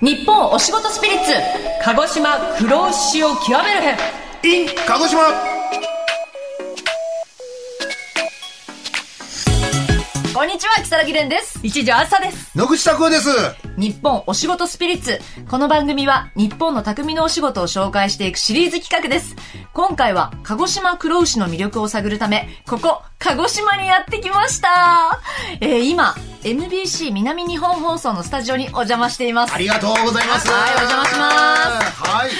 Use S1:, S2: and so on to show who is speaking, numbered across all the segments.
S1: 日本お仕事スピリッツ鹿児島黒潮極める編
S2: in 鹿児島
S1: こんにちは木更木蓮です一条あさです
S2: 野口拓夫です
S1: 日本お仕事スピリッツこの番組は日本の匠のお仕事を紹介していくシリーズ企画です今回は鹿児島黒牛の魅力を探るためここ鹿児島にやってきました、えー、今 MBC 南日本放送のスタジオにお邪魔しています
S2: ありがとうございます
S1: はいお邪魔します
S2: はい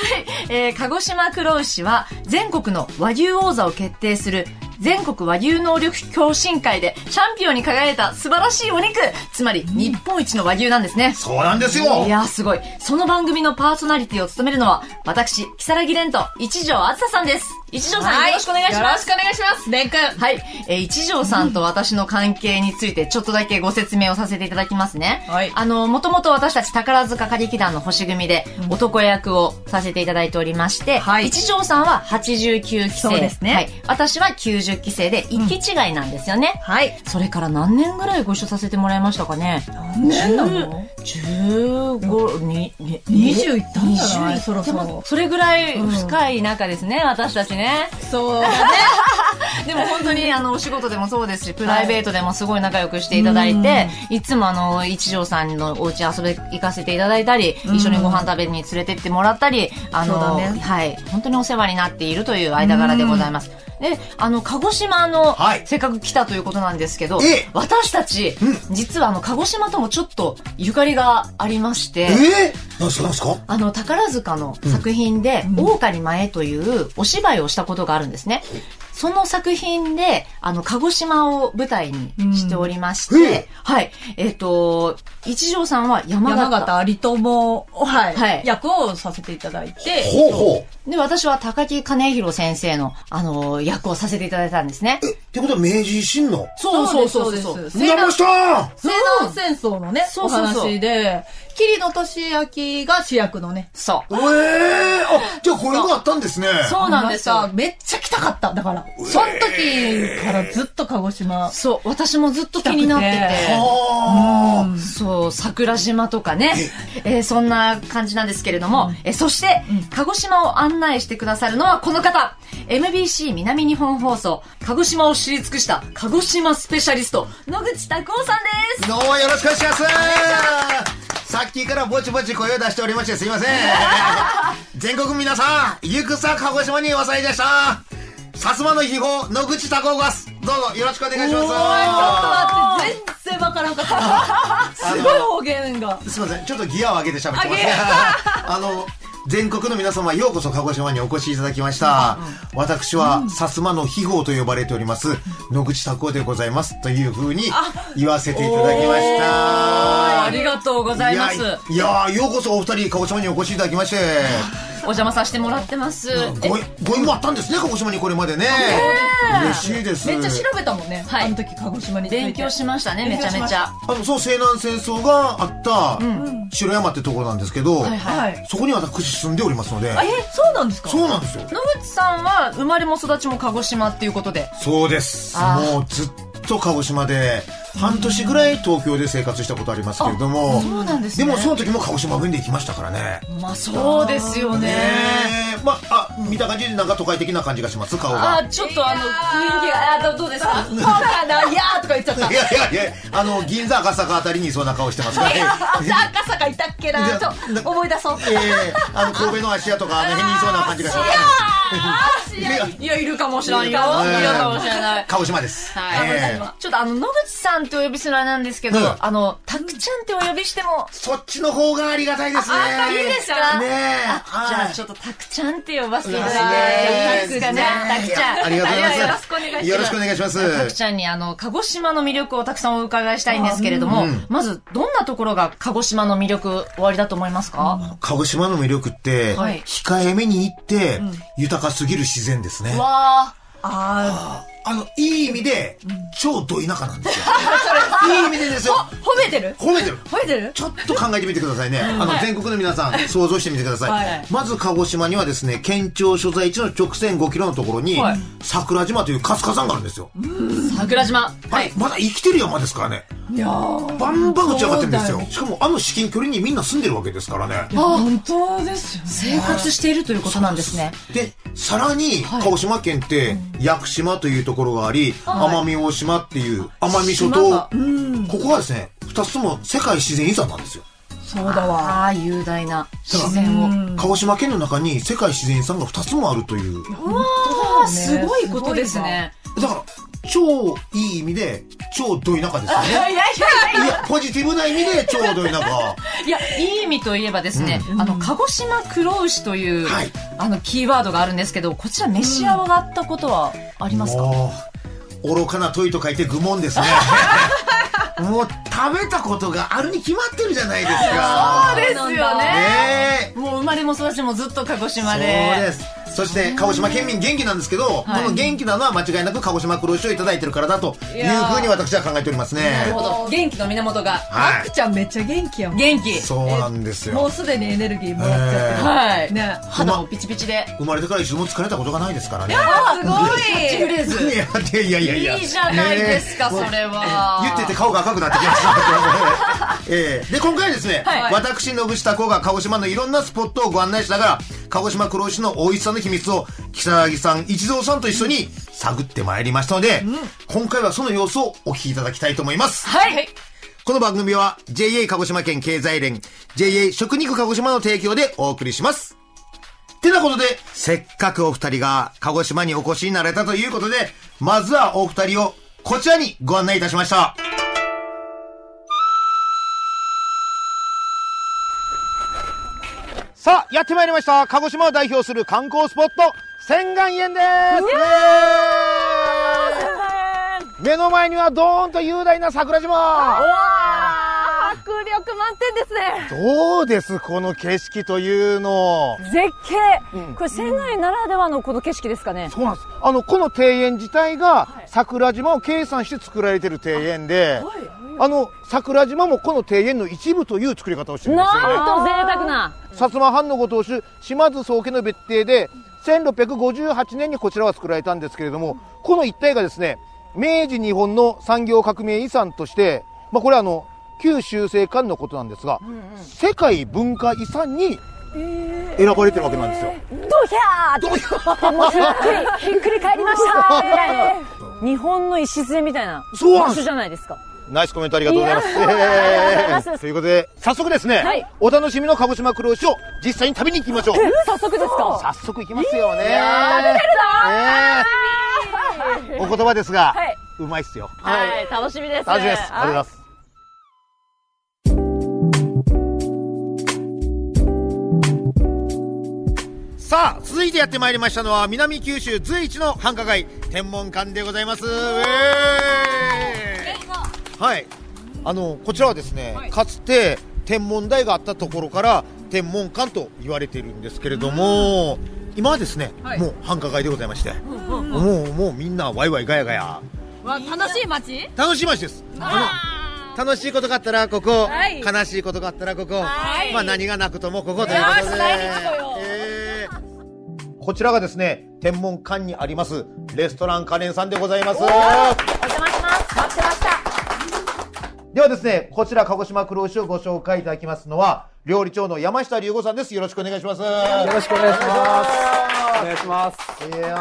S1: えー鹿児島黒牛は全国の和牛王座を決定する全国和牛能力共進会でチャンピオンに輝いた素晴らしいお肉つまり日本一の和牛なんですね。
S2: そうなんですよ
S1: いやーすごい。その番組のパーソナリティを務めるのは、私、木更木蓮と一条あずささんです。一条さん、よろしくお願いします。
S3: よろしくお願いします。レン君。
S1: はい。えー一条さんと私の関係について、ちょっとだけご説明をさせていただきますね。
S3: はい
S1: あの、もともと私たち宝塚歌劇団の星組で、男役をさせていただいておりまして、
S3: はい
S1: 一条さんは89期生。
S3: そうですね
S1: はい。私は90期生で、一期違いなんですよね。
S3: はい。
S1: それから何年ぐらいご一緒させてもらいましたかね
S3: 何年なの
S1: 15、に、に
S3: 20いったんじゃない
S1: 20
S3: そろそろ
S1: でもそれぐらい深い仲ですね、私たちね。
S3: そう。
S1: でも本当 にあのお仕事でもそうですし、プライベートでもすごい仲良くしていただいて、い、つもあの、一条さんのお家遊び行かせていただいたり、一緒にご飯食べに連れてってもらったり、あ
S3: そうだ
S1: の、
S3: ね
S1: はい、本当にお世話になっているという間柄でございます。で、あの、鹿児島の、
S2: はい
S1: せっかく来たということなんですけど
S2: ええ、
S1: 私たち、実はあの、鹿児島ともちょっとゆかりがありまして、
S2: えー、なんすかなんすか
S1: あの、宝塚の作品で、大狩前というお芝居をしたことがあるんですね。その作品で、あの、鹿児島を舞台にしておりまして、
S2: うんええ
S1: はい。えっ、と、一条さんは山形。
S3: 山形有友、はい、
S1: はい
S3: 役をさせていただいて、
S2: ほうほう
S1: で、私は高木兼弘先生の、あの、役をさせていただいたんですね。
S2: えってことは明治維新の
S1: そうそうそう
S3: です
S1: そう
S3: です西
S2: 山
S3: 南
S2: 下
S3: 西南戦争のね、
S1: そうそうそう
S3: お話で、桐野俊明が主役のね、
S1: そう。
S2: ええあじゃあこれもあったんですね
S1: そうなんです
S3: あ
S1: よ
S3: りました。めっちゃ来たかった。だから、その時からずっと鹿児島。
S1: そう、私もずっと気になって
S3: 来たく
S1: て
S3: て。
S2: あー
S1: そう、桜島とかね、えーそんな感じなんですけれども、えーそして、鹿児島を案内してくださるのはこの方、MBC 南日本放送、鹿児島を知り尽くした鹿児島スペシャリスト、野口拓夫さんです。
S2: どうもよろしくお願いしますさっきからぼちぼち声を出しておりましてすいま せん全国皆さん行くさ鹿児島におさいでした薩摩の秘宝野口多幸がすどうぞよろしくお願いし
S3: おーちょ
S2: ま
S3: っと待って、全然わからん かった。すごい方言が。
S2: すすいませんちょっとギアを上げて喋って
S3: 上
S2: ます
S3: げ
S2: あの全国の皆様ようこそ鹿児島にお越しいただきました、私は薩摩の秘宝と呼ばれております野口多幸でございますというふうに言わせていただきました
S1: ありがとうございます。
S2: いやいやーようこそお二人鹿児島にお越しいただきまして
S1: お邪魔させてもらってます。え
S2: ごいご縁もあったんですね鹿児島にこれまでね嬉しいです
S3: めっちゃ調べたもんね。あの時鹿児島について。
S1: 勉強しましたね、め
S3: 勉
S1: ち
S3: 強
S1: ゃ
S3: し
S1: め
S3: まし
S1: ちゃ
S3: た。
S2: あのそう西南戦争があった城山ってところなんですけど、
S1: はいはい。
S3: はい。
S2: そこに私住んでおりますので
S3: あえ、そうなんですか
S2: そうなんですよ
S1: 野口さんは生まれも育ちも鹿児島っていうことで。
S2: そうです
S1: あー
S2: もうずっと鹿児島で半年ぐらい東京で生活したことありますけれども
S1: そうなんです
S2: で
S1: ね。
S2: もその時も鹿児島弁で行きましたからね
S1: まあそうですよね。
S2: えーまああ見た感じでなんか都会的な感じがします顔が
S1: あ、ちょっとあの、雰囲気が、あど、どうですか
S3: そう かな、いやーとか言っちゃった
S2: い。やいやいや、あの、銀座赤坂あたりにいそうな顔してますからね。
S3: 赤坂いたっけな、ちょ
S2: な
S3: 思い出そう。
S2: ええあの、神戸の芦屋とかあの辺にいそうな感じがしますね。
S1: いや、いるかもしれないよ。いる
S2: うん
S1: かもしれない。
S2: 鹿児島です。
S1: はい
S2: ええ
S1: ちょっとあの、野口さんってお呼びするあれなんですけど、
S2: うん
S1: あの、たくちゃんってお呼びしても、
S2: そっちの方がありがたいですね。
S1: あいいですか
S2: ねえ。
S1: じゃあち
S2: ょっ
S1: ょっとたくちゃんって呼ばせていただいていいですかね。たくちゃん。
S2: ありがとうございます。
S1: よ
S2: よ
S1: ろ
S2: ろ
S1: しく
S2: しく
S1: お
S2: お
S1: 願いし
S2: 願いしま
S1: ます。たく
S2: す。
S1: ちゃんにあの、鹿児島の魅力をたくさんお伺いしたいんですけれども、まず、どんなところが鹿児島の魅力、終わりだと思いますか、
S2: 鹿児島の魅力って、
S1: はい
S2: 控えめに行って、豊かすぎる自然ですね。
S1: わー。
S3: あ
S2: あの、いい意味で、超ど田舎なんですよ。いい意味でですよ。
S3: 褒めてる
S2: 褒めてる。
S3: 褒めてる
S2: ちょっと考えてみてくださいね。あの、全国の皆さん、想像してみてください。
S3: はい
S2: まず、鹿児島にはですね、県庁所在地の直線5キロのところに、
S1: はい
S2: 桜島というカスカ山があるんですよ。
S1: 桜島。
S2: あれ、まだ生きてる山ですからね。
S3: いやー
S2: バンバン打ち上がってるんです
S3: そう
S2: よ
S3: だ。
S2: しかも、あの至近距離にみんな住んでるわけですからね。
S3: 本当ですよ
S1: 生
S3: ね
S1: 活しているということなんですね。
S2: で、さらに、鹿児島県って、屋久島というところがあり、奄美大島っていう、奄美諸
S1: 島
S2: 島
S1: が、
S2: ここはですね、二つとも世界自然遺産なんですよ。
S3: そうだ
S1: あ
S3: わ
S1: あ、雄大な自然を。
S2: 鹿児島県の中に世界自然遺産が2つもあるという。
S1: あーす
S3: す
S1: ご
S3: ご
S1: い
S3: い
S1: こ
S3: ことと
S1: で
S3: ですす
S1: ね
S3: ね。
S2: だから、超いい意味で、超ど田舎ですよ ね。
S1: いやい
S2: いや、ポジティブな意味で、超ど田舎。
S1: やいや、いい意味といえばですね、あの、鹿児島黒牛という、
S2: はい
S1: あの、キーワードがあるんですけど、こちら召し上がったことはありますか、
S2: もう、愚かな問いと書いて愚 問ですね。もう、食べたことがあるに決まってるじゃないですか。
S1: そうですよね
S2: ねえ。
S1: もう生まれも育ちもずっと鹿児島
S2: そう
S1: で。
S2: です。そして、鹿児島県民元気なんですけ
S1: は
S2: ど、
S1: い
S2: この元気なのは間違いなく鹿児島黒牛をいただいてるからだというふうに私は考えております
S1: なる
S2: ね
S1: ほ。ど。元気の源が。
S2: は
S3: あくちゃんめっちゃ元気やもん
S1: 元気。
S2: そうなんです
S3: も
S2: よ
S3: う。すでにエネルギーもらっちゃってる
S1: はい。
S3: ね
S1: 肌もピチピチで。
S2: 生まれてから一度も疲れたことがないですからね。
S3: あすご
S1: キャッチフ
S3: い
S1: レーズ。
S2: いやいやいやいや
S1: いいじゃないですか、
S2: ねえ
S1: それは。
S2: 言ってて顔が赤くなってきました。 ええで、今回はですね、
S1: はい
S2: 私、野口孝が鹿児島のいろんなスポットをご案内しながら、鹿児島黒石の美味しさの秘密を、木更木さん、一蔵さんと一緒に探ってまいりましたので、今回はその様子をお聞きいただきたいと思います。
S1: はい。
S2: この番組は JA 鹿児島県経済連、JA 食肉鹿児島の提供でお送りします。てなことで、せっかくお二人が鹿児島にお越しになれたということで、まずはお二人をこちらにご案内いたしました。さあ、やってまいりました。鹿児島を代表する観光スポット、千岩園です。目の前にはドーンと雄大な桜島。
S4: わあ迫力満点ですね
S2: どうですこの景色というの
S4: 絶景、
S2: うん
S4: これ仙台ならではのこの景色ですかね、
S2: そうなんですあのこの庭園自体が桜島を計算して作られてる庭園で、あの桜島もこの庭園の一部という作り方をしてるんですよね
S4: なんと贅沢な
S2: 薩摩藩のご当主島津宗家の別邸で1658年にこちらは作られたんですけれどもこの一帯がですね明治日本の産業革命遺産として、まあ、これはあの旧修正館のことなんですが、世界文化遺産に選ばれてるわけなんですよ。
S4: ドヒャードヒャーもうひっくりひっくり返りましたみたいな日本の礎みたいな
S2: そうなんで
S4: 場
S2: す
S4: 所じゃないですか
S2: ナイスコメントありがとうございます。
S4: いやーありがとうございます
S2: えーということで、早速ですね、
S4: はい
S2: お楽しみの鹿児島黒牛を実際に旅に行きましょう。
S4: 早速ですか
S2: 早速行きますよね。
S4: や
S2: ねえお言葉ですが、
S4: はいう
S2: まいっすよ。
S4: はい楽しみです
S2: 楽しみです。ありがとうございます。さあ、続いてやってまいりましたのは、南九州随一の繁華街、天文館でござざいます。ウェーイはい、あのこちらはですね、かつて天文台があったところから天文館と言われているんですけれども、今はですね、もう繁華街でございまして、もうもうみんなワイワイガヤガヤ楽しい街楽しい街ですあの楽しいことがあったらここ、悲しいことがあったらここ、まあ何がなくともここということで、えー こちらがですね天文館にありますレストランカレンさんでございます。
S4: お邪魔します待ってました
S2: ではですね、こちら鹿児島黒牛をご紹介いただきますのは、料理長の山下龍吾さんです。よろしくお願いします。よ
S5: よろしくお願いします。お願いします。
S2: す。いや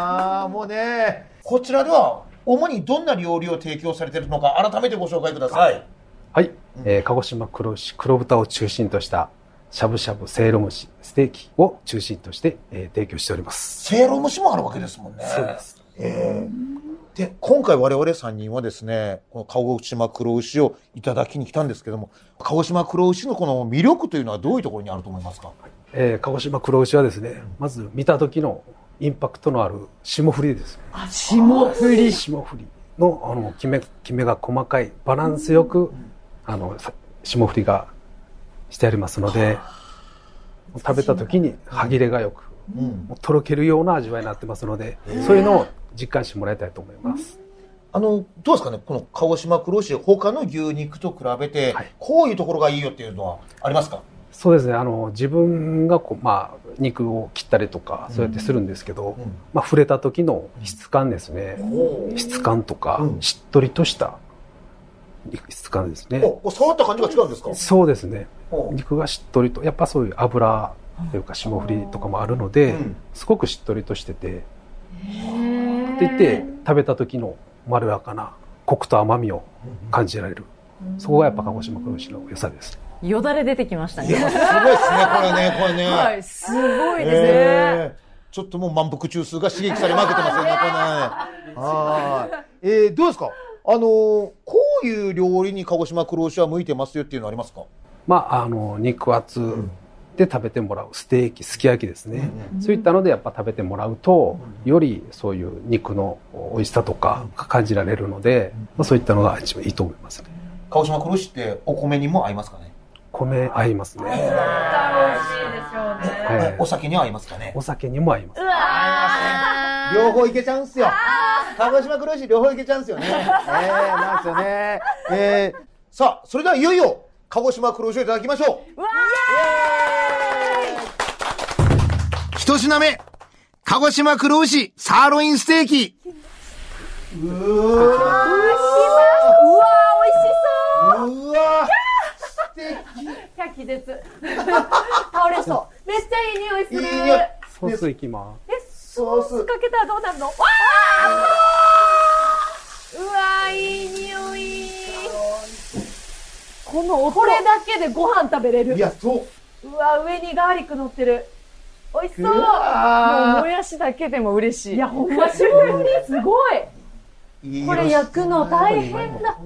S2: ー、もうね、こちらでは、主にどんな料理を提供されているのか、改めてご紹介ください。
S5: はい、えー鹿児島黒牛黒豚を中心としたしゃぶしゃぶせいろ蒸しステーキを中心として、えー提供しております。
S2: せいろ蒸しもあるわけですもんね。
S5: そうです。
S2: えーで、今回我々3人はですね、この鹿児島黒牛をいただきに来たんですけども、鹿児島黒牛のこの魅力というのはどういうところにあると思いますか
S5: えー鹿児島黒牛はですね、まず見た時のインパクトのある霜降りです。
S3: 霜降り
S5: 霜降りのあのきめきめが細かいバランスよくあのさ霜降りがしてありますので、食べた時に歯切れがよく
S2: うん。
S5: もうとろけるような味わいになってますので、そういうのを実感してもらいたいと思います。
S2: あの、どうですかねこの鹿児島黒牛、他の牛肉と比べて、
S5: はい
S2: こういうところがいいよっていうのはありますか
S5: そうですね。あの、自分がこう、まあ、肉を切ったりとか、そうやってするんですけど、
S2: う
S5: まあ、触れた時の質感ですね。
S2: ん。お
S5: 質感とか、
S2: うん
S5: しっとりとした質感ですね。
S2: お触った感じが違うんですか
S5: そうですね。
S2: おう
S5: 肉がしっとりと、やっぱそういう油というか霜降りとかもあるので、
S2: ん。
S5: すごくしっとりとしてて、って言って食べた時のまろやかなコクと甘みを感じられる。そこがやっぱ鹿児島黒牛の良さです。
S4: よだれ出てきました
S2: いや、
S4: ね。
S2: すごいですね、これね、これね。
S4: はい、すごいですね。
S2: えーちょっともう満腹中枢が刺激されまくってますよね、これね。はい。えー、どうですかあのーこういう料理に鹿児島黒牛は向いてますよっていうのありますか
S5: まあ、あの、肉厚で食べてもらうステーキ、すき焼きですね。そういったのでやっぱ食べてもらうと、よりそういう肉の美味しさとか感じられるので、まあ、そういったのが一番いいと思いますね。
S2: 鹿児島黒牛ってお米にも合いますかね、
S5: 米合いますね。はい
S2: お酒には合いますかね
S5: お酒にも合います。
S2: 両方いけちゃうんすよ。鹿児島黒牛両方いけちゃうんす よね。えー、なんすよね。えー、さあ、それではいよいよ、鹿児島黒牛をいただきましょう。一品目、鹿児島黒牛サーロインステーキ。
S4: うわー、美味しそう
S2: わ
S6: キャー気絶。倒れそう。めっちゃいい匂いする。
S2: いいよ。
S5: ソースいきます。
S6: え、す
S2: ソース。
S6: かけたらどうなるのわーうわー、いい匂い。
S4: う。この音
S6: こ。れだけでご飯食べれ
S2: い
S6: る。
S2: や、そう。
S6: うわー、上にガーリック乗ってる。美味しそう。
S4: もう
S2: わ
S4: もやしだけでも嬉しい。
S6: いや、ほんま、絞りすごい。
S2: ー
S6: これ焼くの大変だ。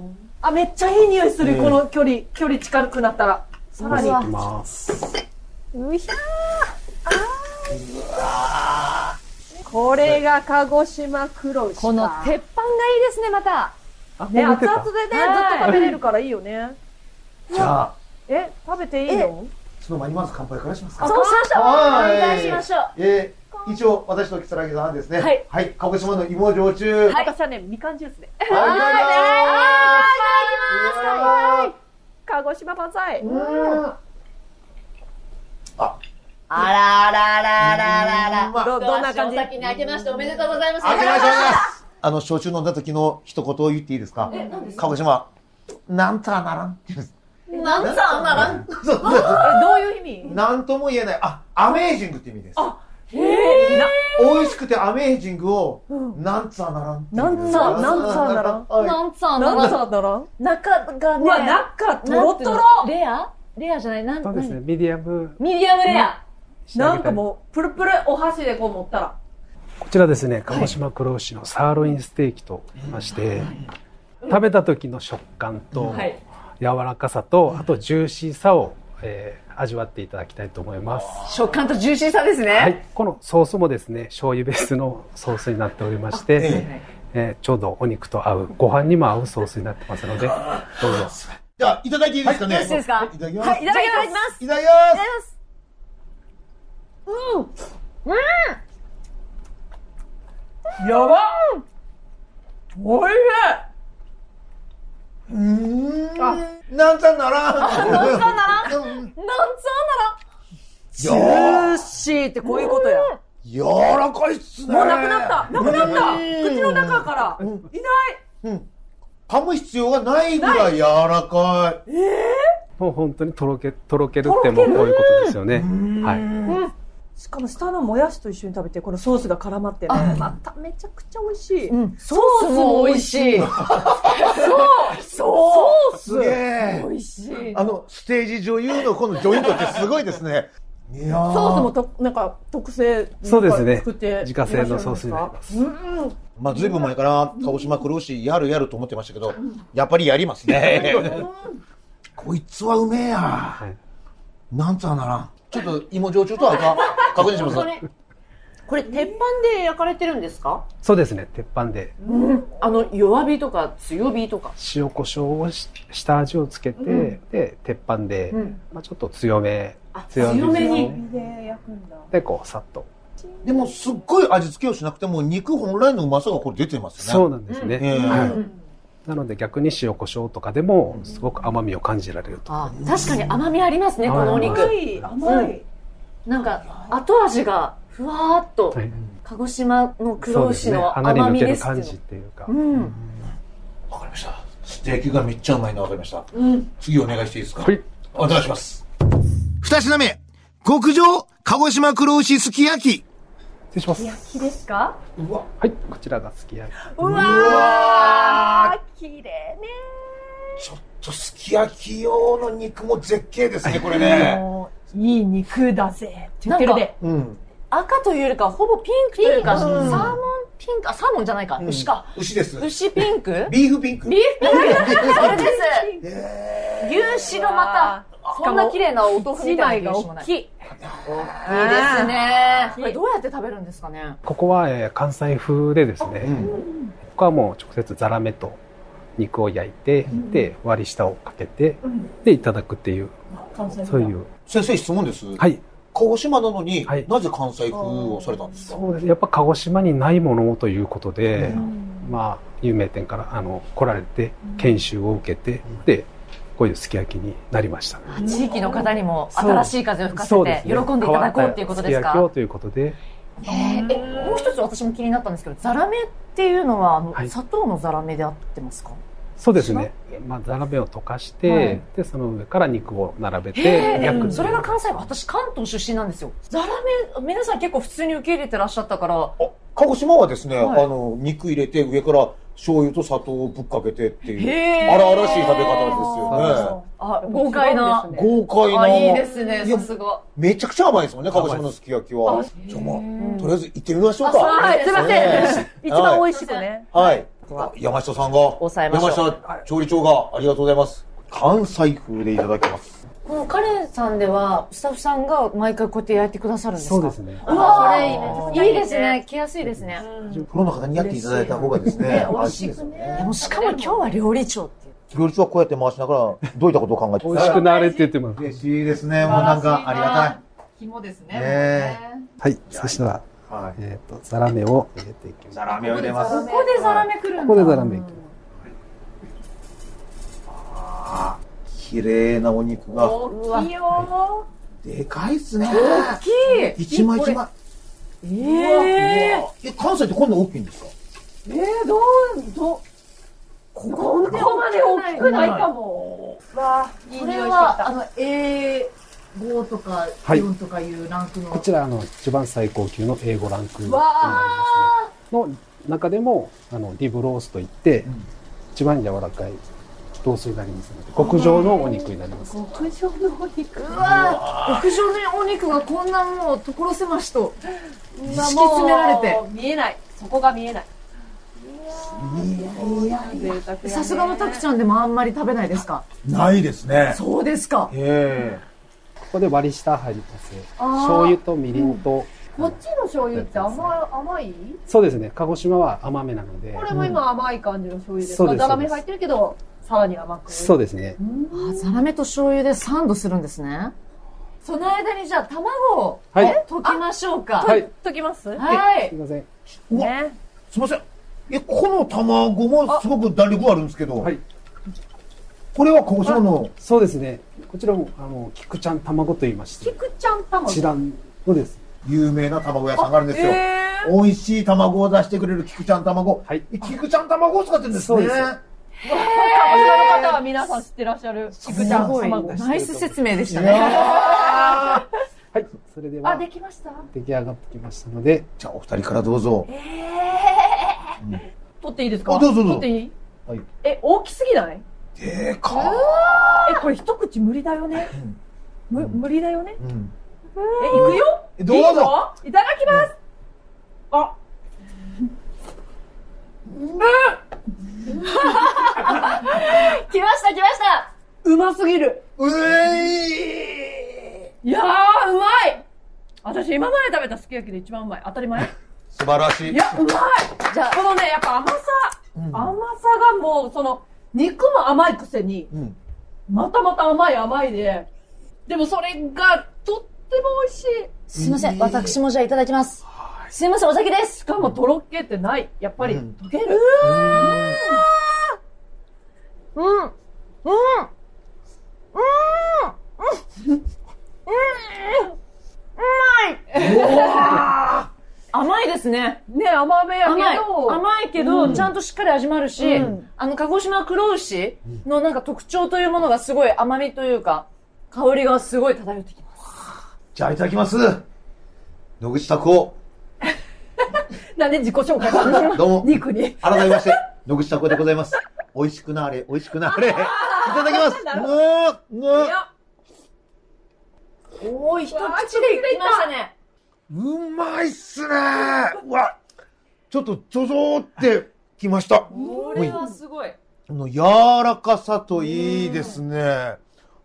S6: あ、めっちゃいい匂いする、この距離。距離近くなったら。さ
S5: ソー
S6: ら
S5: ス
S6: に。
S5: いきます。
S6: これが鹿児島黒牛か。
S4: この鉄板がいいですね、また。
S6: ね、
S5: こんな出
S6: 熱
S5: た
S6: 々でね、
S4: はい
S6: ずっと食べれるからいいよね。
S2: じゃあ、
S6: え、食べていいの
S2: その前にまず乾杯からしますか。
S4: そうしましょう。
S2: はい。
S4: お願いしましょう。
S2: えー、一応、私と木更木さんですね。
S6: はい。
S2: 鹿児島の芋焼酎。はい。
S6: 私はね、みかんジュースで。
S2: いただきます。はい。
S6: 鹿児島万歳。
S2: うーん
S1: あらあらあらあらあらあら。
S6: ど、どんな感じ
S1: お先に明けましておめでとうございます。
S2: あけましておめでとうございます。あの、焼酎飲んだ時の一言を言っていいですか鹿児島、なんたらならんって言うんです。
S1: なんさあんならん。
S2: そうそう
S6: え、どういう意味
S2: なんとも言えない。あ、アメージングって意味です。
S6: えな
S2: 美味しくてアメージングを、なんつぁならんっていうんです。
S6: なんつぁなんつぁならん
S2: はい
S1: なんさあんな
S6: な
S1: ら
S6: ん
S1: ん。
S6: だったら
S4: 中がね。
S6: うわ、中、トロトロ
S4: なんていうのレアレアじゃないなん
S5: そうですね。
S4: 何
S5: ミディアム
S4: ミディアムレア。
S5: 仕上
S6: な
S5: げ
S6: ん
S5: た
S6: か
S5: い
S6: もう、プルプルお箸でこう持ったら。
S5: こちらですね、鹿児島黒牛のサーロインステーキと言いまして、食べた時の食感と
S6: はい。
S5: 柔らかさと、あとジューシーさを、えー味わっていただきたいと思います。
S4: 食感とジューシーさですね。
S5: はい、このソースもですね、醤油ベースのソースになっておりまして、えーちょうどお肉と合う、ご飯にも合うソースになってますので、どうぞ。
S2: じゃあ、いただいていいですかね。
S4: よろしいですか
S2: はいいただきます。
S4: はいい、いただきます。
S2: ただきます。
S6: やばおいし
S2: うーん。なんちゃんならん。なんちゃんならん。
S4: なんつ
S2: ジ
S6: いジューシーってこういうことや。
S2: 柔らかいっすね。
S6: もうなくなったなくなった
S2: うん
S6: 口の中からい
S2: ん
S6: ない
S2: 噛む必要がないぐらい柔らかい。
S5: もう本当にとろけ、とろけるってもうこういうことですよね。はい。
S6: しかも下のもやしと一緒に食べて、このソースが絡まってね。まためちゃくちゃ美味しい。
S4: んソースも美味しい。
S6: そう
S2: すげえ。
S4: 美味しい。
S2: あの、ステージ女優のこのジョイントってすごいですね。 いやー
S6: ソースもと、なんか特製
S5: そうですね
S6: 作って
S5: 自家製のソースになります。
S2: まあ、ずいぶん前から、鹿児島黒牛、やるやると思ってましたけど、やっぱりやりますね。 こいつはうめえや。
S5: はい
S2: なんつぁならん。ちょっと芋焼酎とは合う か確認します。
S4: これ、鉄板で焼かれてるんですか
S5: そうですね、鉄板で
S4: あの、弱火とか強火とか。
S5: 塩コショウをし下味をつけて、で、鉄板で、まあちょっと強め、強火です
S4: 強
S5: ね
S4: めに。
S6: で焼くんだ。
S5: で、こう、さっと
S2: でも、すっごい味付けをしなくても、肉本来のうまさがこれ出てますね。
S5: そうなんですね。
S2: うん
S5: はい。なので逆に塩コショウとかでもすごく甘みを感じられると。
S1: あ
S4: 確かに甘みありますね、こ
S5: はい
S4: のお
S5: は
S4: 肉。
S6: い、甘い。
S4: なんか、後味がふわーっと、
S5: はい
S4: 鹿児島の
S5: そ
S4: 黒
S5: うです
S4: 牛
S5: ね。
S4: の
S5: 鼻に
S4: 甘み
S5: 抜け
S4: で
S5: る
S4: すけ
S5: 感
S4: ど
S5: じっていうか
S4: う。ん。
S2: わかりました。ステーキがめっちゃうまいのわかりました。次お願いしていいですか
S5: はい。
S2: お願いします。二品目、極上鹿児島黒牛すき焼き。
S5: 失礼します。
S6: 木ですか
S5: はい。こちらがすき焼き。
S6: うわー綺麗ね。
S2: ちょっとすき焼き用の肉も絶景ですね、これね。
S6: もういい肉だぜって言ってるで。
S2: うん。
S4: 赤というよりかはほぼピンクというか、サ
S2: うん
S4: ーモンピンク、あ、サーモンじゃないか。牛か。
S2: 牛です。
S4: 牛ピンク
S2: ビーフピンク。
S4: ビーフピンクそれです
S2: え
S4: 牛脂がまた、こんな綺麗なお豆腐みたいな牛脂もない。大
S6: 一枚
S4: きいですね。これどうやって食べるんですかね
S5: ここは、えー関西風でですね、
S2: ーうん。
S5: ここはもう直接ザラメと肉を焼いて、で、割り下をかけて、で、いただくっていう、
S6: 関西
S5: そういう。
S2: 先生質問です。は。
S5: はいい。
S2: 鹿児島なのに、
S5: はい
S2: なぜ関西風をされたんですか
S5: そうです。やっぱ鹿児島にないものをということで、
S2: うん
S5: まあ、有名店から、あの、来られて、研修を受けて、で、こういうすき焼きになりました。
S4: あ地域の方にも新しい風を吹かせ
S5: そうで
S4: て
S5: す
S4: 喜
S5: ね
S4: んでいただこうっていうことです
S5: 変わ
S4: か
S5: ったすき焼きをということで、
S4: えーえもう一つ私も気になったんですけど、ザラメっていうのは、あの
S5: はい
S4: 砂糖のザラメで合ってますか
S5: そうですね。まあ、ザラメを溶かして、
S4: はい
S5: で、その上から肉を並べ
S4: え
S5: て
S4: ー
S5: 焼く。
S4: それが関西、私関東出身なんですよ。ザラメ、皆さん結構普通に受け入れてらっしゃったから、
S2: あ鹿児島はですね、
S4: はい
S2: あの、肉入れて上から醤油と砂糖をぶっかけてってい
S4: へ
S2: う、
S4: ー
S2: 荒々しい食べ方ですよね。
S4: あ、豪快な。
S2: 豪快な。
S4: あ、いいですね、
S2: いや
S4: さすが。
S2: めちゃくちゃ甘いですもんね、鹿児島のすき焼きは。じゃあまあ、とりあえず行ってみましょうか。
S6: はい、すいません。一番美
S2: い。
S6: 味しくね。
S2: はい。あ山下さんが、
S4: 抑えましょう
S2: 山下調理長が、ありがとうございます。関西風でいただきます。
S4: このカレンさんでは、スタッフさんが毎回こうやって焼いてくださるんですか
S5: そうです。ね。
S4: うわー、それいいですね。着やすいですね。
S2: プロの方にやっていただいた方がですね、美味しいですよね。
S4: でもしかも今日は料理長っていう。
S2: 料理長はこうやって回しながら、どういったことを考えて
S5: 美味しくなれって言ってます。
S2: 嬉しいですね。もうなんかありが
S1: 肝ですね。
S2: たい。ね
S5: はい。そしたら、
S2: え。はい。
S5: えっ、と、ザラメを入れていきます。
S2: ザラメを入れます。
S1: ここでザラメ来るんだ。
S5: ここでザラメいきます。
S2: 綺麗なお肉が。
S6: 大きいよ
S2: でかいっすね。
S4: え
S2: 一枚一枚。
S6: ええ
S2: え、関西ってこんな大きいんですか
S6: ええどう、どう、ここまで大きくないかも。わあ、いい
S1: これ
S6: 匂いしてき
S1: は、あ
S6: た。
S1: の、A5 とか
S5: はい
S1: 4とかいうランクの。
S5: こちら、あの、一番最高級の A5 ランクになり
S6: わ
S5: ますね。の中でも、あの、リブロースといって、一番柔らかいロースになりますので、極上のお肉になります。
S6: 極上のお肉。
S1: うわー極上のお肉がこんなもう所狭しと敷き
S6: 敷き
S1: 詰め
S6: 詰め
S1: ら
S6: ら
S1: れ
S6: れ
S1: て
S6: て。見えない。そこが見えない。いやいや
S1: さすがのたくちゃんでもあんまり食べないですか
S2: ないですね。
S1: そうですか
S2: え
S5: ここで割り下入ります。醤油とみりんと、
S6: こっちの醤油って甘い、甘い
S5: そうですね。鹿児島は甘めなので
S6: こ、れも今甘い感じの醤油です
S5: そう
S6: か
S5: です
S6: ザラメ入ってるけど、さらに甘く。
S5: そうですね。
S1: あザラメと醤油でサンドするんですねその間にじゃあ卵を
S5: はい
S1: え溶きましょうか
S5: はい。
S6: ときます
S1: はい
S5: すいません。
S6: ね。
S2: すいません。え、この卵もすごく弾力あるんですけど
S5: はい、
S2: これは鹿児島の、
S5: そうですね。こちらも、あの、菊ちゃん卵と言いまして、
S6: 菊ちゃん卵。
S5: 知らんのです。
S2: 有名な卵屋さんがあるんですよ。美味しい卵を出してくれる菊ちゃん卵。
S5: はい
S2: え菊ちゃん卵を使ってるんです
S5: そう
S2: ね
S5: です。
S6: 鹿児島の方は皆さん知ってらっしゃる菊ちゃん卵。
S1: ナイス説明でし
S2: い
S1: たね
S2: やー
S5: はい。それで
S6: あ、
S5: は、
S6: できました
S5: 出来上がってきましたので、
S2: じゃあお二人からどうぞ。
S6: 取っていいですか
S2: あどうぞどうぞ
S6: 取っていい
S2: はい
S6: え、大きすぎない
S2: でか
S6: え、これ一口無理だよね。む無理だよね。
S2: ーうん
S6: え、いくよ
S2: えどうぞ
S6: いいのいただきますあ。
S1: 来ました来ました
S6: うますぎる。
S2: うえい
S6: いやー、うまい私今まで食べたすき焼きで一番うまい。当たり前。
S2: 素晴らしい。
S6: いや、うまい
S1: じゃあ
S6: このね、やっぱ甘さ、甘さがもう、その、肉も甘いくせに、
S2: うん
S6: またまた甘い甘いで、でもそれがとっても美味しい。
S1: すいません私もじゃあいただきます
S6: すいません、お先です
S3: し。かもとろけてない。やっぱり
S2: うん
S3: 溶ける。
S6: うん。うん。
S4: 甘いですね。
S3: ね、甘めやけ
S4: 甘い。
S3: ど。
S4: 甘いけど、ちゃんとしっかり味もあるし、
S3: うん
S4: あの、鹿児島黒牛のなんか特徴というものがすごい甘みというか、香りがすごい漂ってきます。
S2: じゃあいただきます。野口拓夫。
S3: なんで自己紹介する の
S2: どうも。
S3: 肉に。
S2: 改めまして、野口拓夫でございます。美味しくなあれ、美味しくなあれ。いただき ます。うーん
S4: おー、一口でいきましたね。
S2: うんうまいっすねうわ、ちょっとちょぞーってきました。
S4: これはすごい。
S2: この柔らかさといいですね。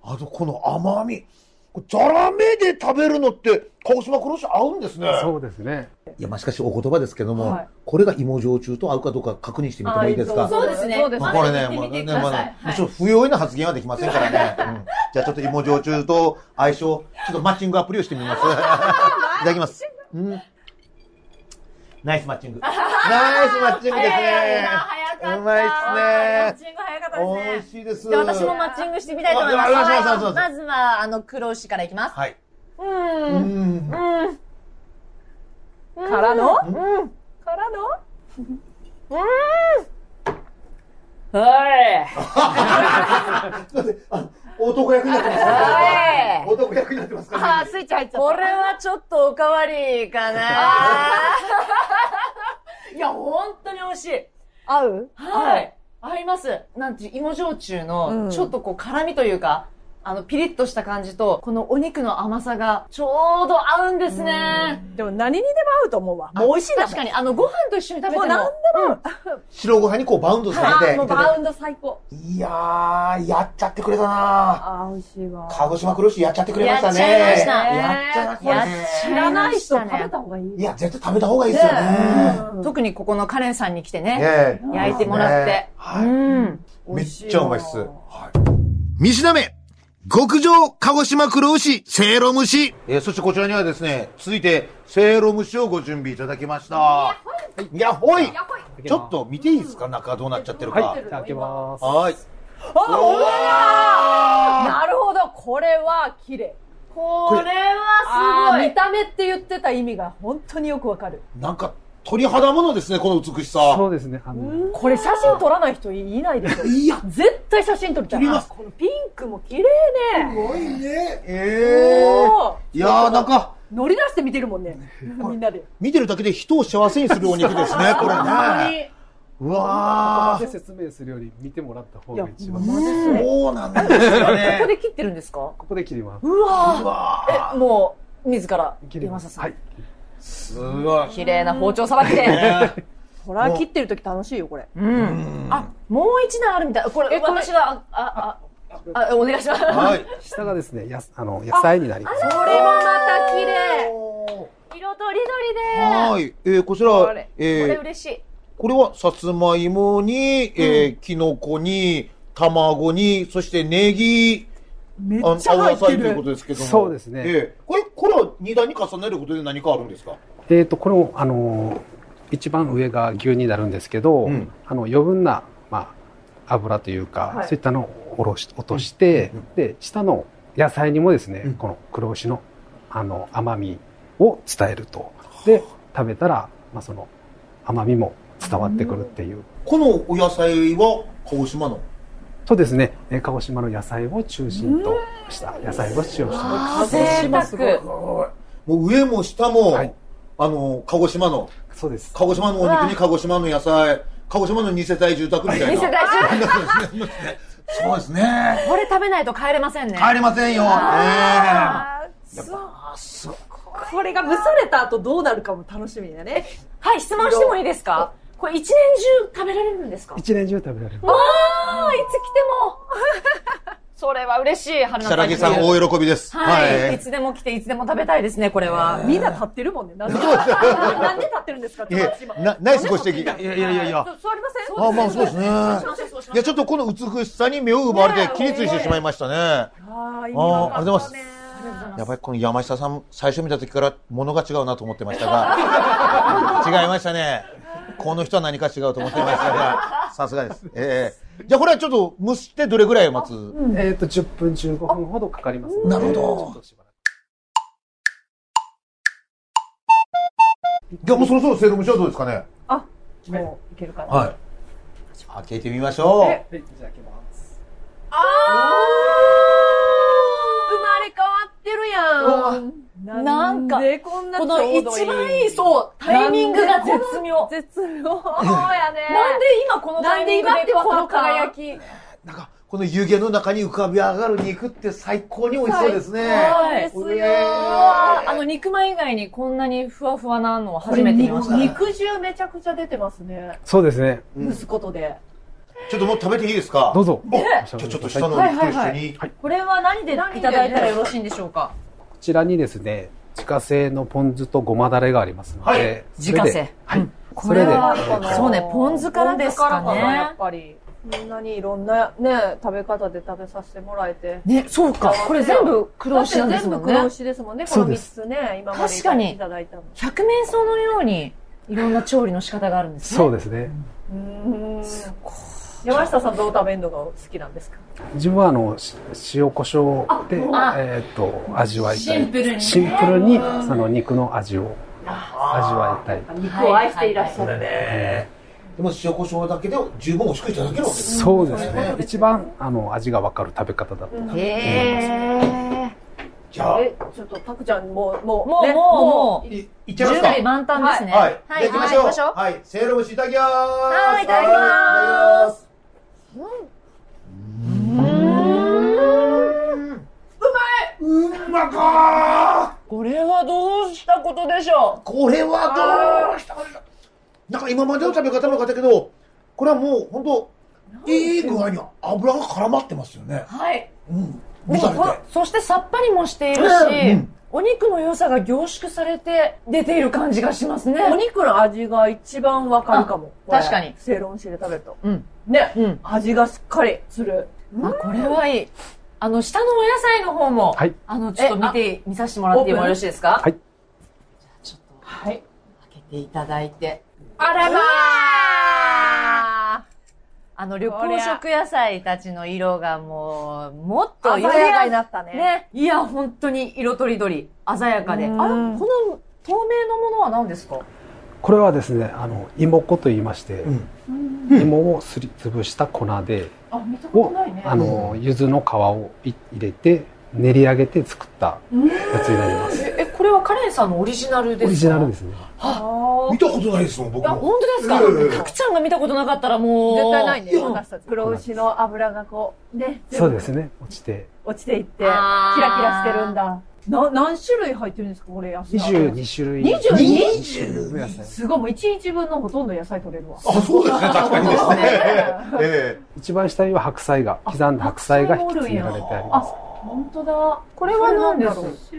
S2: あとこの甘み。これざらめで食べるのって、鹿児島黒し合うんですね。
S5: そうですね。
S2: いや、まあ、しかしお言葉ですけども、
S3: はい
S2: これが芋焼酎と合うかどうか確認してみてもいいですか
S3: あーいいと思
S4: そうですね。
S3: そうです
S2: まあ
S4: ま
S2: こ
S4: だ
S2: れ
S4: 言っ
S2: ね、まだね、
S4: てみてくだ
S2: ま
S4: さ
S2: だ
S4: い、。
S2: もちろん不要意な発言はできませんからね。うんじゃあちょっと芋焼酎と相性、ちょっとマッチングアプリをしてみ ます。いただきます。うんナイスマッチング。ナイスマッチングです
S4: 早い
S2: ね
S4: な、。早かった。
S2: うまい
S4: マ
S2: っ
S4: ッ
S2: すね。
S4: チング早かった
S2: 美味
S4: ですね。
S2: しいです。
S4: で、私もマッチングしてみたいと思います。
S2: ああそうそうそうそう
S4: まずは、あの、黒牛からいきます。
S2: はい。
S4: うん。
S2: うん。
S6: からの
S3: からの
S4: はい。
S2: すいません。あの男役になってます
S4: は。い
S2: 男役になってますから
S6: あ
S2: ね。
S6: ー、スイッチ入っちゃった。
S4: これはちょっとおかわりかな。 いや、本当に美味しい。
S6: 合う
S4: はい。合います。なんていう、芋焼酎
S6: うん
S4: の、ちょっとこう、辛みというか、あの、ピリッとした感じと、このお肉の甘さが、ちょうど合うんですね。
S6: でも何にでも合うと思うわ。もう美味しいんだもん
S4: 確かに、あの、ご飯と一緒に食べて
S6: も
S4: も。
S6: う何でも。
S2: 白ご飯にこうバウンドさ
S6: あ
S2: れて
S6: ーもう。バウンド最高。
S2: いやー、やっちゃってくれたな
S6: あー、美味しいわ
S2: ー。鹿児島黒牛やっちゃってくれましたね。
S4: やっちゃいました
S2: やっちゃいましたね。
S4: やっち
S6: 知
S4: ゃ
S6: ら
S4: い
S6: な
S4: ま
S6: い
S4: し
S6: 人
S4: た
S6: 食べ
S4: ね。
S6: た方がいい。
S2: いや、絶対食べた方がいいですよね。
S4: 特にここのカレンさんに来てね、
S2: ねえ
S4: 焼いてもらって。
S2: はい
S4: うん。
S2: めっちゃうまいっす。はい。三品目、極上鹿児島黒牛、せいろ蒸し。えーそしてこちらにはですね、続いて、せいろ蒸しをご準備いただきました。いやほいちょっと見ていいですか中どうなっちゃってるか。
S5: はい、いただきます。
S2: はい。
S3: なるほど。これは綺麗。
S4: これは
S3: あ
S4: すご
S3: ー
S4: い
S3: 見。た目って言ってた意味が本当によくわかる。
S2: なんか、鳥肌ものですね、この美しさ
S5: そ。うですね。あの、
S3: これ写真撮らない人いないでしょ。
S2: いや、す
S3: 絶対写真撮りたい。
S2: 撮ります
S3: あこのピンクも綺麗ね。
S2: ごいね。ええ
S3: お
S2: い
S3: ー
S2: やー、なんか、
S3: 乗り出して見てるもんね。みんなで。
S2: 見てるだけで人を幸せにするお肉ですね、これね。うわ
S5: で説明するより見てもらった方が一番。
S2: ー、そうなんですよ
S4: ここ
S2: ね。
S4: で切ってるんですか
S5: ここで切ります。
S4: うわ
S2: うわー
S4: ーもう、自ら、
S5: 切り
S4: 山
S5: ま
S4: 下
S5: す。
S4: さん
S5: は。い。
S2: すごい。
S4: 綺麗な包丁さばきで。
S3: ほら、切ってる時楽しいよ、これ。
S4: うん。あ、もう一段あるみたい。これ、
S3: えこれ
S4: 私が、あ、あ、あ、あお願いします。これ
S2: はい。
S5: 下がですね、やすあの野菜になります。
S4: もまた綺麗。
S2: お
S4: 色とりど
S2: ーはい。えー、こちら
S4: りで。こ、れ、これ
S2: えー、
S4: 嬉しい。
S2: これはさつまいもに、えー、きのこに、卵に、そしてネギ、
S3: めっ
S2: あの、
S3: ちゃ入
S2: 野
S3: って
S2: 菜というこ
S3: る。
S2: とですけども。
S5: そうですね
S2: ええこれ、これを二段に重ねることで何かあるんですか
S5: えっ、と、これも、あのー一番上が牛になるんですけど、
S2: うん
S5: あの、余分な、まあ、油というか、
S3: はい
S5: そういったのをおろし、落として、で、下の野菜にもですね、
S2: うん
S5: この黒牛の、あの、甘みを伝えると。で、食べたら、まあ、その、甘みも伝わってくるっていう。
S2: このお野菜は、鹿児島の。
S5: そうですね、えー鹿児島の野菜を中心とした、野菜を使用した。
S4: あ贅沢。
S2: もう上も下も、
S5: はい
S2: あの、鹿児島の、
S5: そうです。
S2: 鹿児島のお肉に鹿児島の野菜、鹿児島の二世帯住宅みたいな。
S4: 見せたいし。
S2: そうですね。
S4: これ食べないと帰れませんね。
S2: 帰れませんよ。ええ
S3: これが蒸された後どうなるかも楽しみだね。
S4: はい、質問してもいいですかこれ一年中食べられるんですか
S5: 一年中食べられる。
S4: ああ、いつ来ても。それは嬉しい、春菜
S2: 北木さん
S4: 冬
S2: 大喜びです。
S4: はい。いつでも来て、いつでも食べたいですね、これは。
S3: みんな立ってるもんね。なんでなんで立ってるんですかって
S2: え
S3: 私今
S2: えなナイスご指摘。いやいやいやいや。
S3: ちょっと座りません
S2: あ、まあそうですね。
S3: そう
S2: いや、ちょっとこの美しさに目を奪われて、起立してしまいましたね。
S3: あー、意味
S2: あ
S3: わ
S2: あ、あ
S3: か
S2: り
S3: ん
S2: がとうご
S3: ない
S2: ざいます。やばい、この山下さん、最初見た時から物が違うなと思ってました が、違いましたね。この人は何か違うと思ってましたが、さすがです。ええじゃあこれはちょっと蒸してどれぐらい待つ
S5: えっと、10分15分ほどかかりますね。
S2: なるほど
S5: ちょっとしばらく
S2: じゃあもうそろそろセロムシはどうですかね
S6: もういけるかな。
S2: はい。開けてみましょ
S5: はい、じゃあ開けます。
S6: あ生まれ変わってるやん。
S4: なんか
S6: でこんな
S4: この一番いい、そう、タイミングが絶妙。
S6: 絶妙。そうやね。
S4: なんで今このタイミングでこの輝き。
S2: う。なんか、この湯気の中に浮かび上がる肉って最高に美味しそうですね。
S4: はい。
S6: です
S2: う
S6: よ
S4: あ
S2: わ
S4: ーあの、肉まん以外にこんなにふわふわなのは初めて見ました。
S6: 肉汁めちゃくちゃ出てますね。
S5: そうですね。
S2: うん
S6: 蒸すことで。
S2: ちょっともう食べていいですか
S5: どうぞ。
S2: お
S5: え
S2: ちょちょっと下の肉と一緒に。
S4: これは何でいただいたらよろしいんでしょうか
S5: こちらにですね、自家製のポン酢とごまだれがありますので、
S2: はい
S5: それで
S4: 自家製
S5: はい。
S4: こ
S5: そ
S4: れ
S5: れで、
S4: は
S5: えー
S4: そうねポン酢からですかね
S6: ポン酢らなやっぱり。こんなにいろんなね、食べ方で食べさせてもらえて。
S4: ね、そうか。これ全部黒牛なんですもんね
S6: だって全部黒。牛ですもんね、こ
S5: そ
S6: の
S5: うで
S6: 3
S5: す
S6: つね、今まで
S4: 確かに
S6: いただいたの。
S4: 百面相のように、いろんな調理の仕方があるんですね。
S5: そうですね。
S6: うーん。山下さんどう食べるのが好きなんですか
S5: 自分はあの、し塩コショウで、えーっと、味わいたい。
S1: シンプルにね
S5: シンプルに、その肉の味を味わいたい。
S6: 肉を愛していらっしゃる。
S2: ねでも塩コショウだけで十分美味しくいただけるわけですね
S5: そうです
S2: そうです
S5: ね
S2: ね。
S5: 一番、あの、味がわかる食べ方だと。
S6: うん
S4: へー。
S2: じゃあ、
S6: え、ちょっとたくちゃん、もう、もう、
S4: もう、
S6: ね
S4: もう、
S2: いいっちゃいま
S4: 準
S2: すか
S4: 備万端ですね。
S2: はい。
S1: はい
S2: じゃあ行きましょう。
S1: はい行きましょう
S2: はい。せいろ蒸しいただきます。はい
S4: いただきます
S2: す。うまか
S4: これはどうしたことでしょ
S2: ーこれはどうしたこれだなんか今までの食べ方も良かったけど、これはもう本当いい具合に油が絡まってますよね。
S4: うはい。
S2: うん。
S4: で
S2: 見たれて。
S4: そしてさっぱりもしているし、お肉の良さが凝縮されて出ている感じがしますね。
S6: お肉の味が一番わかるかも。
S4: あ確かに
S6: セイロンシで食べると。
S4: うん。
S6: ね。
S4: うん。
S6: 味がしっかりする。
S4: あ、これはいい。あの、下のお野菜の方も、
S5: はい
S4: あの、ちょっと見て、見させてもらってもよろしいですか
S5: はい。
S4: じゃあちょっと、
S6: は
S4: 開
S6: い。
S4: けていただいて。
S6: あらま
S4: あの、緑黄色野菜たちの色がもう、もっと
S6: 鮮やかになったね。
S4: ね。いや、本当に色とりどり、鮮やかで。あれ
S6: うん
S4: この透明のものは何ですか
S5: これはですね、あの、芋粉と言いまして、
S2: ん
S5: 芋をすりつぶした粉で、
S6: あ、見たこと
S5: を
S6: ないね。
S5: あの、柚子の皮をい入れて、練り上げて作ったやつになります。
S4: え、これはカレンさんのオリジナルですか
S5: オリジナルですね。
S6: あ
S2: 見たことないですもん、僕
S4: あ、
S2: も。
S4: 本
S2: う
S4: 当で
S2: ん
S4: すかたくちゃんが見たことなかったらもう。
S6: 絶対ないね、
S4: うん
S6: 私たち。黒牛の油がこう、ね、
S5: そうですね。落ちて、
S6: 落ちていって、キラ
S4: あー
S6: キラしてるんだ。な、何種類入ってるんですか、これ、野菜。
S5: 22種類。
S6: 22?
S5: お野菜
S6: すごい、もう1日分のほとんど野菜取れるわ。
S2: あ、そうですね、確かにですね。え
S5: 一番下には白菜が、刻んだ白菜が引き詰められてあります。
S6: 本当だ。これ
S4: は何です
S6: う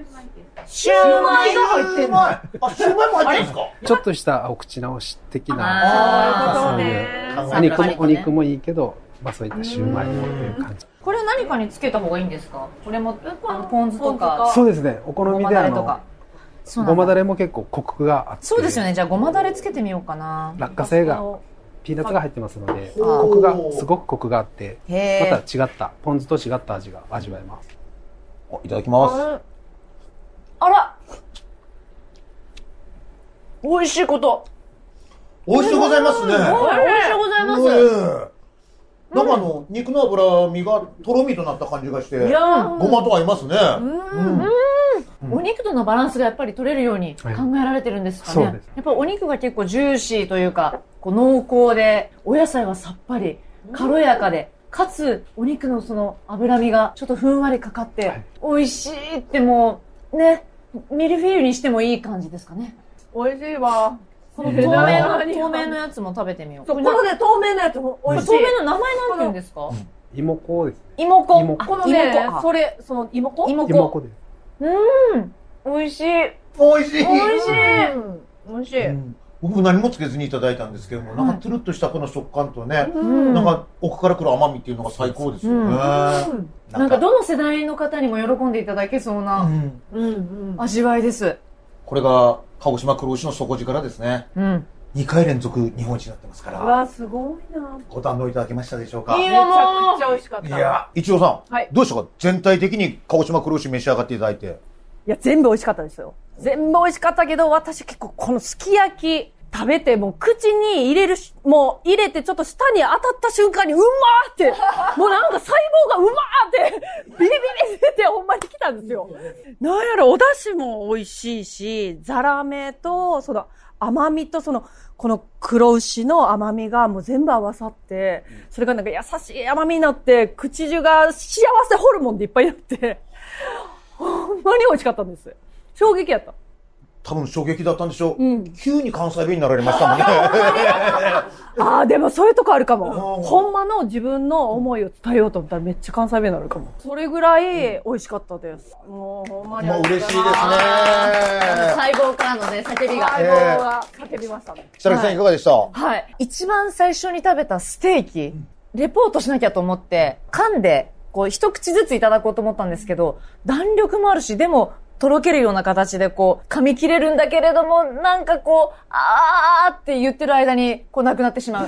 S4: シュ
S2: え。
S4: ーマイ
S2: が入ってんのあ、シューマイも入ってるんですか
S5: ちょっとしたお口直し的な。
S4: あ
S5: そう
S6: ね
S2: ー
S5: お肉
S4: さっぱり
S5: も、
S4: と
S5: お
S4: ね
S5: 肉もいいけど、まあそういったシューマイもという感じ。
S4: これ何かにつけた方がいいんですかこれも、あのポン酢と
S6: ポン
S4: か、
S5: そうですね。お好み
S4: ごま
S5: で
S4: だ
S5: あ
S4: れと
S5: の
S4: か、。そうな
S5: ご
S4: ん
S5: ま
S4: だ
S5: だれも結構コクがあって。
S4: そうですよね。。じゃあごまだれつけてみようかな。
S5: 落花生が、ピーナッツが入ってますので、コクが、すごくコクがあって、ま
S4: へ
S5: た
S4: え。
S5: 違った、ポン酢と違った味が味わえます。
S2: おいただきます。
S4: あら美味しいこと。
S2: 美味しゅうございますね。
S4: はい美味しいございます。
S2: うんなんかあの、肉の脂身がとろみとなった感じがして、ごまと合いますね。
S4: お肉とのバランスがやっぱり取れるように考
S5: はい
S4: えられてるんですかね。
S5: そうです
S4: やっぱお肉が結構ジューシーというか、こう濃厚で、お野菜はさっぱり、軽やかで、かつお肉のその脂身がちょっとふんわりかかって、
S5: はい
S4: 美味しいってもう、ね、ミルフィーユにしてもいい感じですかね。
S6: 美味しいわ。
S4: この
S5: え
S4: 透明
S5: ー
S4: の、
S6: えー
S4: 透明のやつも食べてみよう。
S6: そう、
S4: こ
S6: これで透明なやつも美
S4: れ
S6: 味し
S4: 透
S6: い。
S4: 明の名前なんて言うんですか
S5: 芋粉ですね。
S4: 芋粉。
S5: 芋
S4: あ
S5: 粉
S6: このね
S4: 芋粉、
S6: それ、その芋粉
S4: 芋粉。
S5: 芋粉です。
S4: 美味しい。
S2: 美味しい。
S4: 美味しい。
S6: うん美味しい。
S2: うん僕何もつけずにいただいたんですけども、なんかつるっとしたこの食感とね、
S4: うん
S2: なんか奥から来る甘みっていうのが最高ですよね。
S4: うん
S2: な
S4: なんかどの世代の方にも喜んでいただけそう
S2: う
S4: なん
S6: うんうん。
S4: 味わいです。
S2: これが鹿児島黒牛の底力ですね。
S4: うん。
S2: 2回連続日本一になってますか
S6: う
S2: ら、
S6: わ、すごいな。
S2: ご堪能いただけましたでしょうか。
S4: い
S6: め
S4: い
S6: ちゃくちゃ美味しかった。
S2: いや、一郎さん、
S6: はい
S2: どうでしたか全体的に鹿児島黒牛召し上がっていただいて。
S6: いや、全部美味しかったですよ。全部美味しかったけど、私結構このすき焼き食べて、もう口に入れるし、もう入れてちょっと舌に当たった瞬間に、うまー って、もうなんか細胞がうまーって、ビリビリ出てほんまに来たんですよ。なんやろ、お出汁も美味しいし、ザラメと、その甘みとその、この黒牛の甘みがもう全部合わさって、それがなんか優しい甘みになって、口中が幸せホルモンでいっぱいになって、ほんまに美味しかったんです。衝撃やった。
S2: 多分衝撃だったんでしょう。
S6: うん
S2: 急に関西弁になられましたもんね。
S6: ああ、でもそういうとこあるか
S2: う
S6: も。
S2: ん
S6: ほんまの自分の思いを伝えようと思ったらめっちゃ関西弁になるかも。それぐらい美味しかったです。もうほんまに。
S2: もう嬉しいですね。
S3: 細胞からのね、叫びが。
S6: 細胞が叫びましたね。
S2: 設楽さんいかがでした、
S4: はい。一番最初に食べたステーキ、レポートしなきゃと思って、噛んで、こう、一口ずついただこうと思ったんですけど、弾力もあるし、でも、とろけるような形で、こう、噛み切れるんだけれども、なんかこう、あーって言ってる間に、こう、なくなってしまう。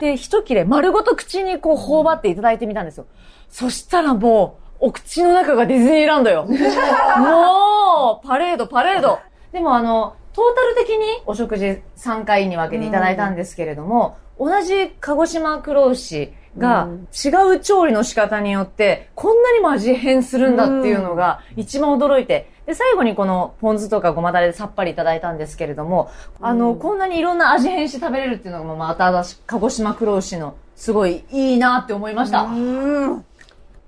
S4: で、一切れ、丸ごと口にこう、頬張っていただいてみたんですよ。そしたらもう、お口の中がディズニーランドよ。もう、パレード、パレード。でもあの、トータル的にお食事3回に分けていただいたんですけれども、同じ鹿児島黒牛が違う調理の仕方によって、こんなにも味変するんだっていうのが一番驚いて、で、最後にこのポン酢とかごまだれでさっぱりいただいたんですけれども、あの、こんなにいろんな味変して食べれるっていうのがまた私、鹿児島黒牛のすごいいいなって思いました。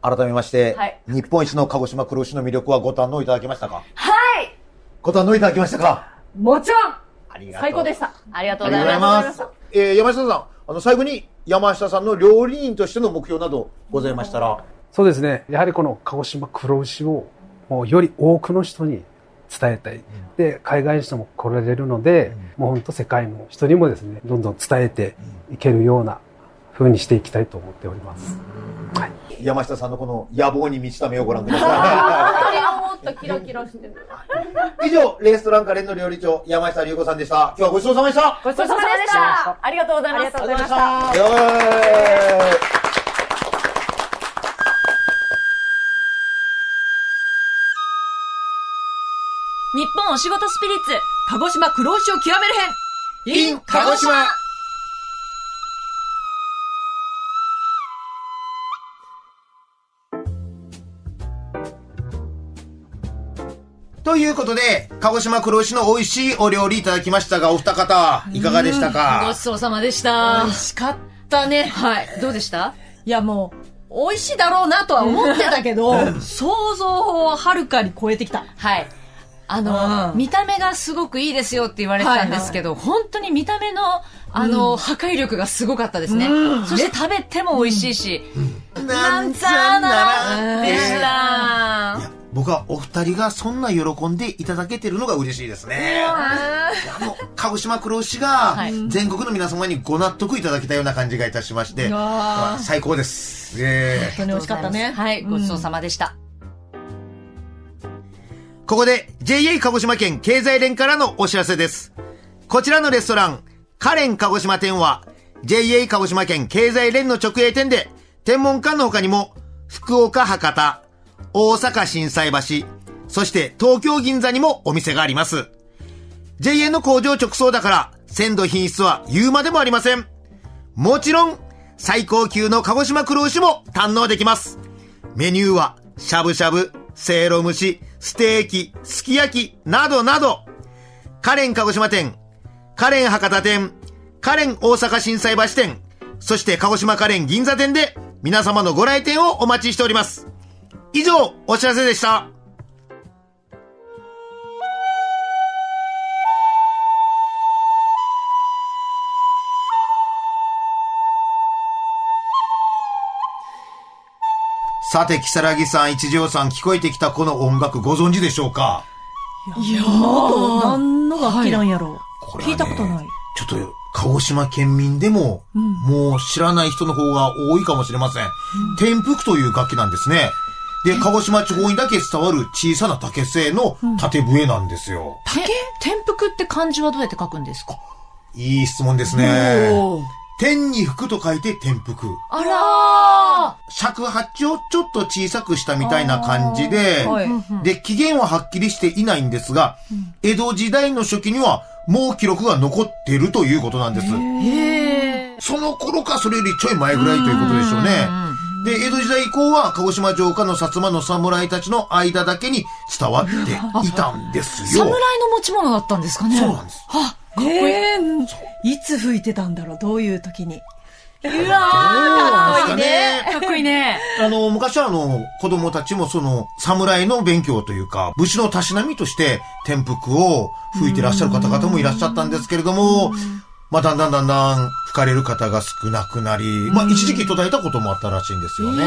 S2: 改めまして、
S4: はい
S2: 日本一の鹿児島黒牛の魅力はご堪能いただけましたかはいご堪能いただきましたか
S4: もちろん
S2: ありがとう。
S4: 最高でした。ありがとうございます。
S2: ありがとうございます。えー山下さん、あの、最後に山下さんの料理人としての目標などございましたら、
S5: そうですね。やはりこの鹿児島黒牛をもうより多くの人に伝えたい。で、海外の人も来られるので、もう本当世界の人にもですね、どんどん伝えていけるような風にしていきたいと思っております。
S2: 山下さんのこの野望に満ちた目をご覧くださ
S3: 本当にもっとキラキラしてる。
S2: い。以上、レストランカレンの料理長、山下隆子さんでした。今日はごちそうさまでした。
S4: ごちそうさまでした。ありがとうございます。
S6: ありがとうございます
S2: イエーイ
S1: 日本お仕事スピリッツ、鹿児島黒牛を極める編
S2: in 鹿児島ということで、鹿児島黒牛の美味しいお料理いただきましたが、お二方、いかがでした
S1: ご
S2: か
S1: ちそうさまでした
S3: 美。味しかったね。
S1: はい。どうでした
S3: いやもう、美味しいだろうなとは思ってたけど、想像をはるかに超えてきた。
S1: はい。あの、
S3: うん
S1: 見た目がすごくいいですよって言われてたんですけど、本当に見た目の、あの、破壊力がすごかったですね。そして食べても美味しいし。
S2: なん
S1: ちゃー
S2: な
S1: なでし
S2: い
S1: た。
S2: や僕はお二人がそんな喜んでいただけてるのが嬉しいですね。あの、鹿児島黒牛が
S1: はい、
S2: 全国の皆様にご納得いただけたような感じがいたしまして、
S3: やー
S2: 最高です。ええ
S3: 本当に美味しかったね。
S1: はい、ごちそうさまでした。
S2: ここで JA 鹿児島県経済連からのお知らせです。こちらのレストラン、カレン鹿児島店は JA 鹿児島県経済連の直営店で、天文館の他にも福岡博多、大阪震災橋、そして東京銀座にもお店があります。JA の工場直送だから、鮮度品質は言うまでもありません。もちろん、最高級の鹿児島黒牛も堪能できます。メニューは、しゃぶしゃぶ、せいろ蒸し、ステーキ、すき焼き、などなど。カレン鹿児島店、カレン博多店、カレン大阪震災橋店、そして鹿児島カレン銀座店で、皆様のご来店をお待ちしております。以上、お知らせでした。さて、木更木さん、一条さん、聞こえてきたこの音楽ご存知でしょうか
S3: いやー、何の楽器なんやろう。
S2: これ
S1: 聞
S2: はね
S1: いたことない。
S2: ちょっと、鹿児島県民でも、もう知らない人の方が多いかもしれません。天覆という楽器なんですね。で、鹿児島地方にだけ伝わる小さな竹製の縦笛なんですよ。
S1: 竹天覆って漢字はどうやって書くんですか
S2: いい質問ですね。天に服と書いて天覆。
S1: あら
S2: 尺八をちょっと小さくしたみたいな感じで、
S4: はい
S2: で、期限ははっきりしていないんですが、江戸時代の初期にはもう記録が残っているということなんです。
S1: ーへえ。
S2: その頃かそれよりちょい前ぐらいということでしょうね。で、江戸時代以降は鹿児島城下の薩摩の侍たちの間だけに伝わっていたんですよ
S1: 侍。の持ち物だったんですかね
S2: そうなんです。
S1: あ、
S3: ええーいつ吹いてたんだろうどういう時に。
S2: かっこいいね。
S1: かっこいいね。
S2: あの、昔はあの、子供たちもその、侍の勉強というか、武士のたしなみとして、天覆を吹いてらっしゃる方々もいらっしゃったんですけれども、まあ、だんだんだんだん、吹かれる方が少なくなり、まあ、一時期途絶えたこともあったらしいんですよね。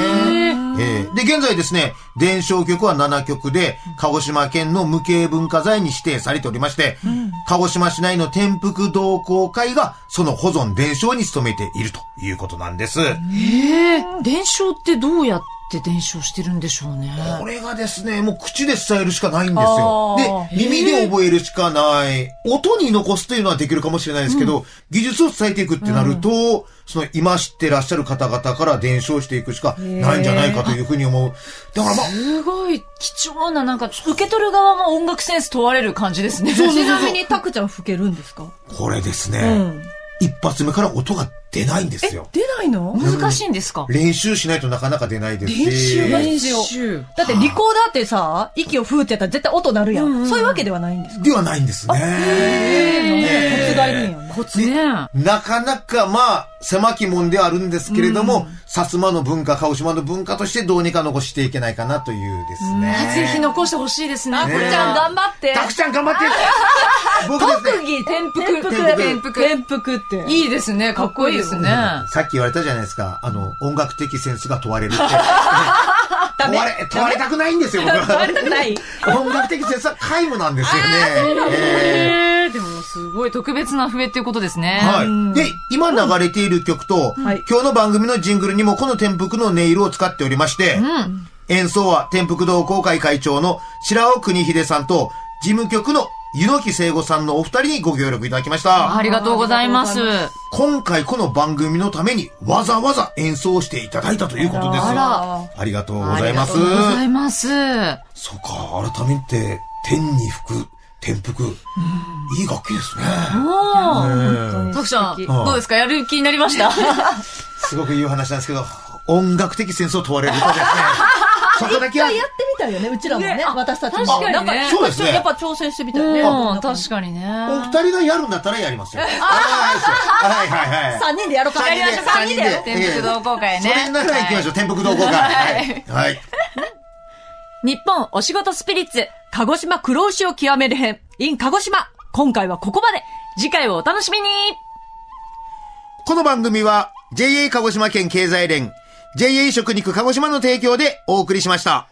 S2: ええで、現在ですね、伝承曲は7曲で、鹿児島県の無形文化財に指定されておりまして、鹿児島市内の天覆同好会が、その保存伝承に努めているということなんです。
S1: へえ。伝承ってどうやって伝承してるんでしょうね。
S2: これがですね、もう口で伝えるしかないんですよ。で、耳で覚えるしかない。音に残すというのはできるかもしれないですけど、技術を伝えていくってなると、その今知ってらっしゃる方々から伝承していくしかないんじゃないかというふうに思う。だからまあ、
S1: すごい貴重な、なんか、受け取る側も音楽センス問われる感じですね。
S3: ちなみにタクちゃん吹けるんですか
S2: これですね、
S3: うん。
S2: 一発目から音が出ないんですよ。
S3: 出ないの
S1: 難しいんですか
S2: 練習しないとなかなか出ないですし。
S3: 練習が
S1: 練
S3: 練
S1: 習
S3: 習。だってリコーダーってさ、息を吹いてたら絶対音鳴るやん。
S1: うんうん
S3: そういうわけではないんですか
S2: ではないんですね。
S3: え
S2: え
S3: コツがいるんやね。
S1: コツね。
S2: なかなかまあ、狭き門ではあるんですけれども、薩摩の文化、鹿児島の文化としてどうにか残していけないかなというですね。
S1: ぜひ残してほしいですね。タ
S2: ね
S1: コちゃん頑張って。
S2: たくちゃん頑張って僕ですね、
S1: 技、転覆、
S2: 転
S1: 転覆。
S3: 転覆って。
S1: いいですね。かっこいいですね。
S2: さっき言われたじゃないですか、あの、音楽的センスが問われるって。
S3: ダ
S2: 問
S3: メ
S2: われ、問われたくないんですよ、僕
S3: バレ
S2: は。
S3: たくない
S2: 音楽的センスは皆無なんですよね。え
S1: へ
S2: え
S1: え、でもすごい特別な笛っていうことですね。
S2: はい。で、今流れている曲と、
S3: はい
S2: 今日の番組のジングルにもこの天覆の音色を使っておりまして、
S1: うん。
S2: 演奏は天福同好会会長の白尾国秀さんと、事務局の湯野木聖吾さんのお二人にご協力いただきました。
S1: ありがとうございます。
S2: 今回この番組のためにわざわざ演奏していただいたということです。
S1: あら
S2: ありがとうございます
S1: あ。りがとうございます。
S2: そうか、改めて、天に吹く、天福、いい楽器ですね。
S1: おー。
S2: うん
S1: タクちゃん、
S3: 素敵
S1: どうですかやる気になりま した
S2: すごくいいお話なんですけど、音楽的センスを問われるとです ね。そこだけは、
S3: やってみたいよね、うちらもね
S1: ね。あ
S3: 私たちも。
S1: 確かにね
S3: なんか
S2: そうですね
S3: やっぱ挑戦してみたいね。
S1: うん、確かにね。
S2: お二人がやるんだったらやりますよ。はいはいはいはい。
S3: 3人でやろうか。
S2: 三人
S1: 三人
S2: で
S1: で
S2: 三人で
S1: 天竺同好会ね。
S2: それなら行きましょう、天覆同好会。はい。はい。
S3: 日本お仕事スピリッツ、鹿児島黒牛を極める編、in 鹿児島。今回はここまで。
S1: 次回をお楽しみに
S2: この番組は、JA 鹿児島県経済連、JA 食肉鹿児島の提供でお送りしました。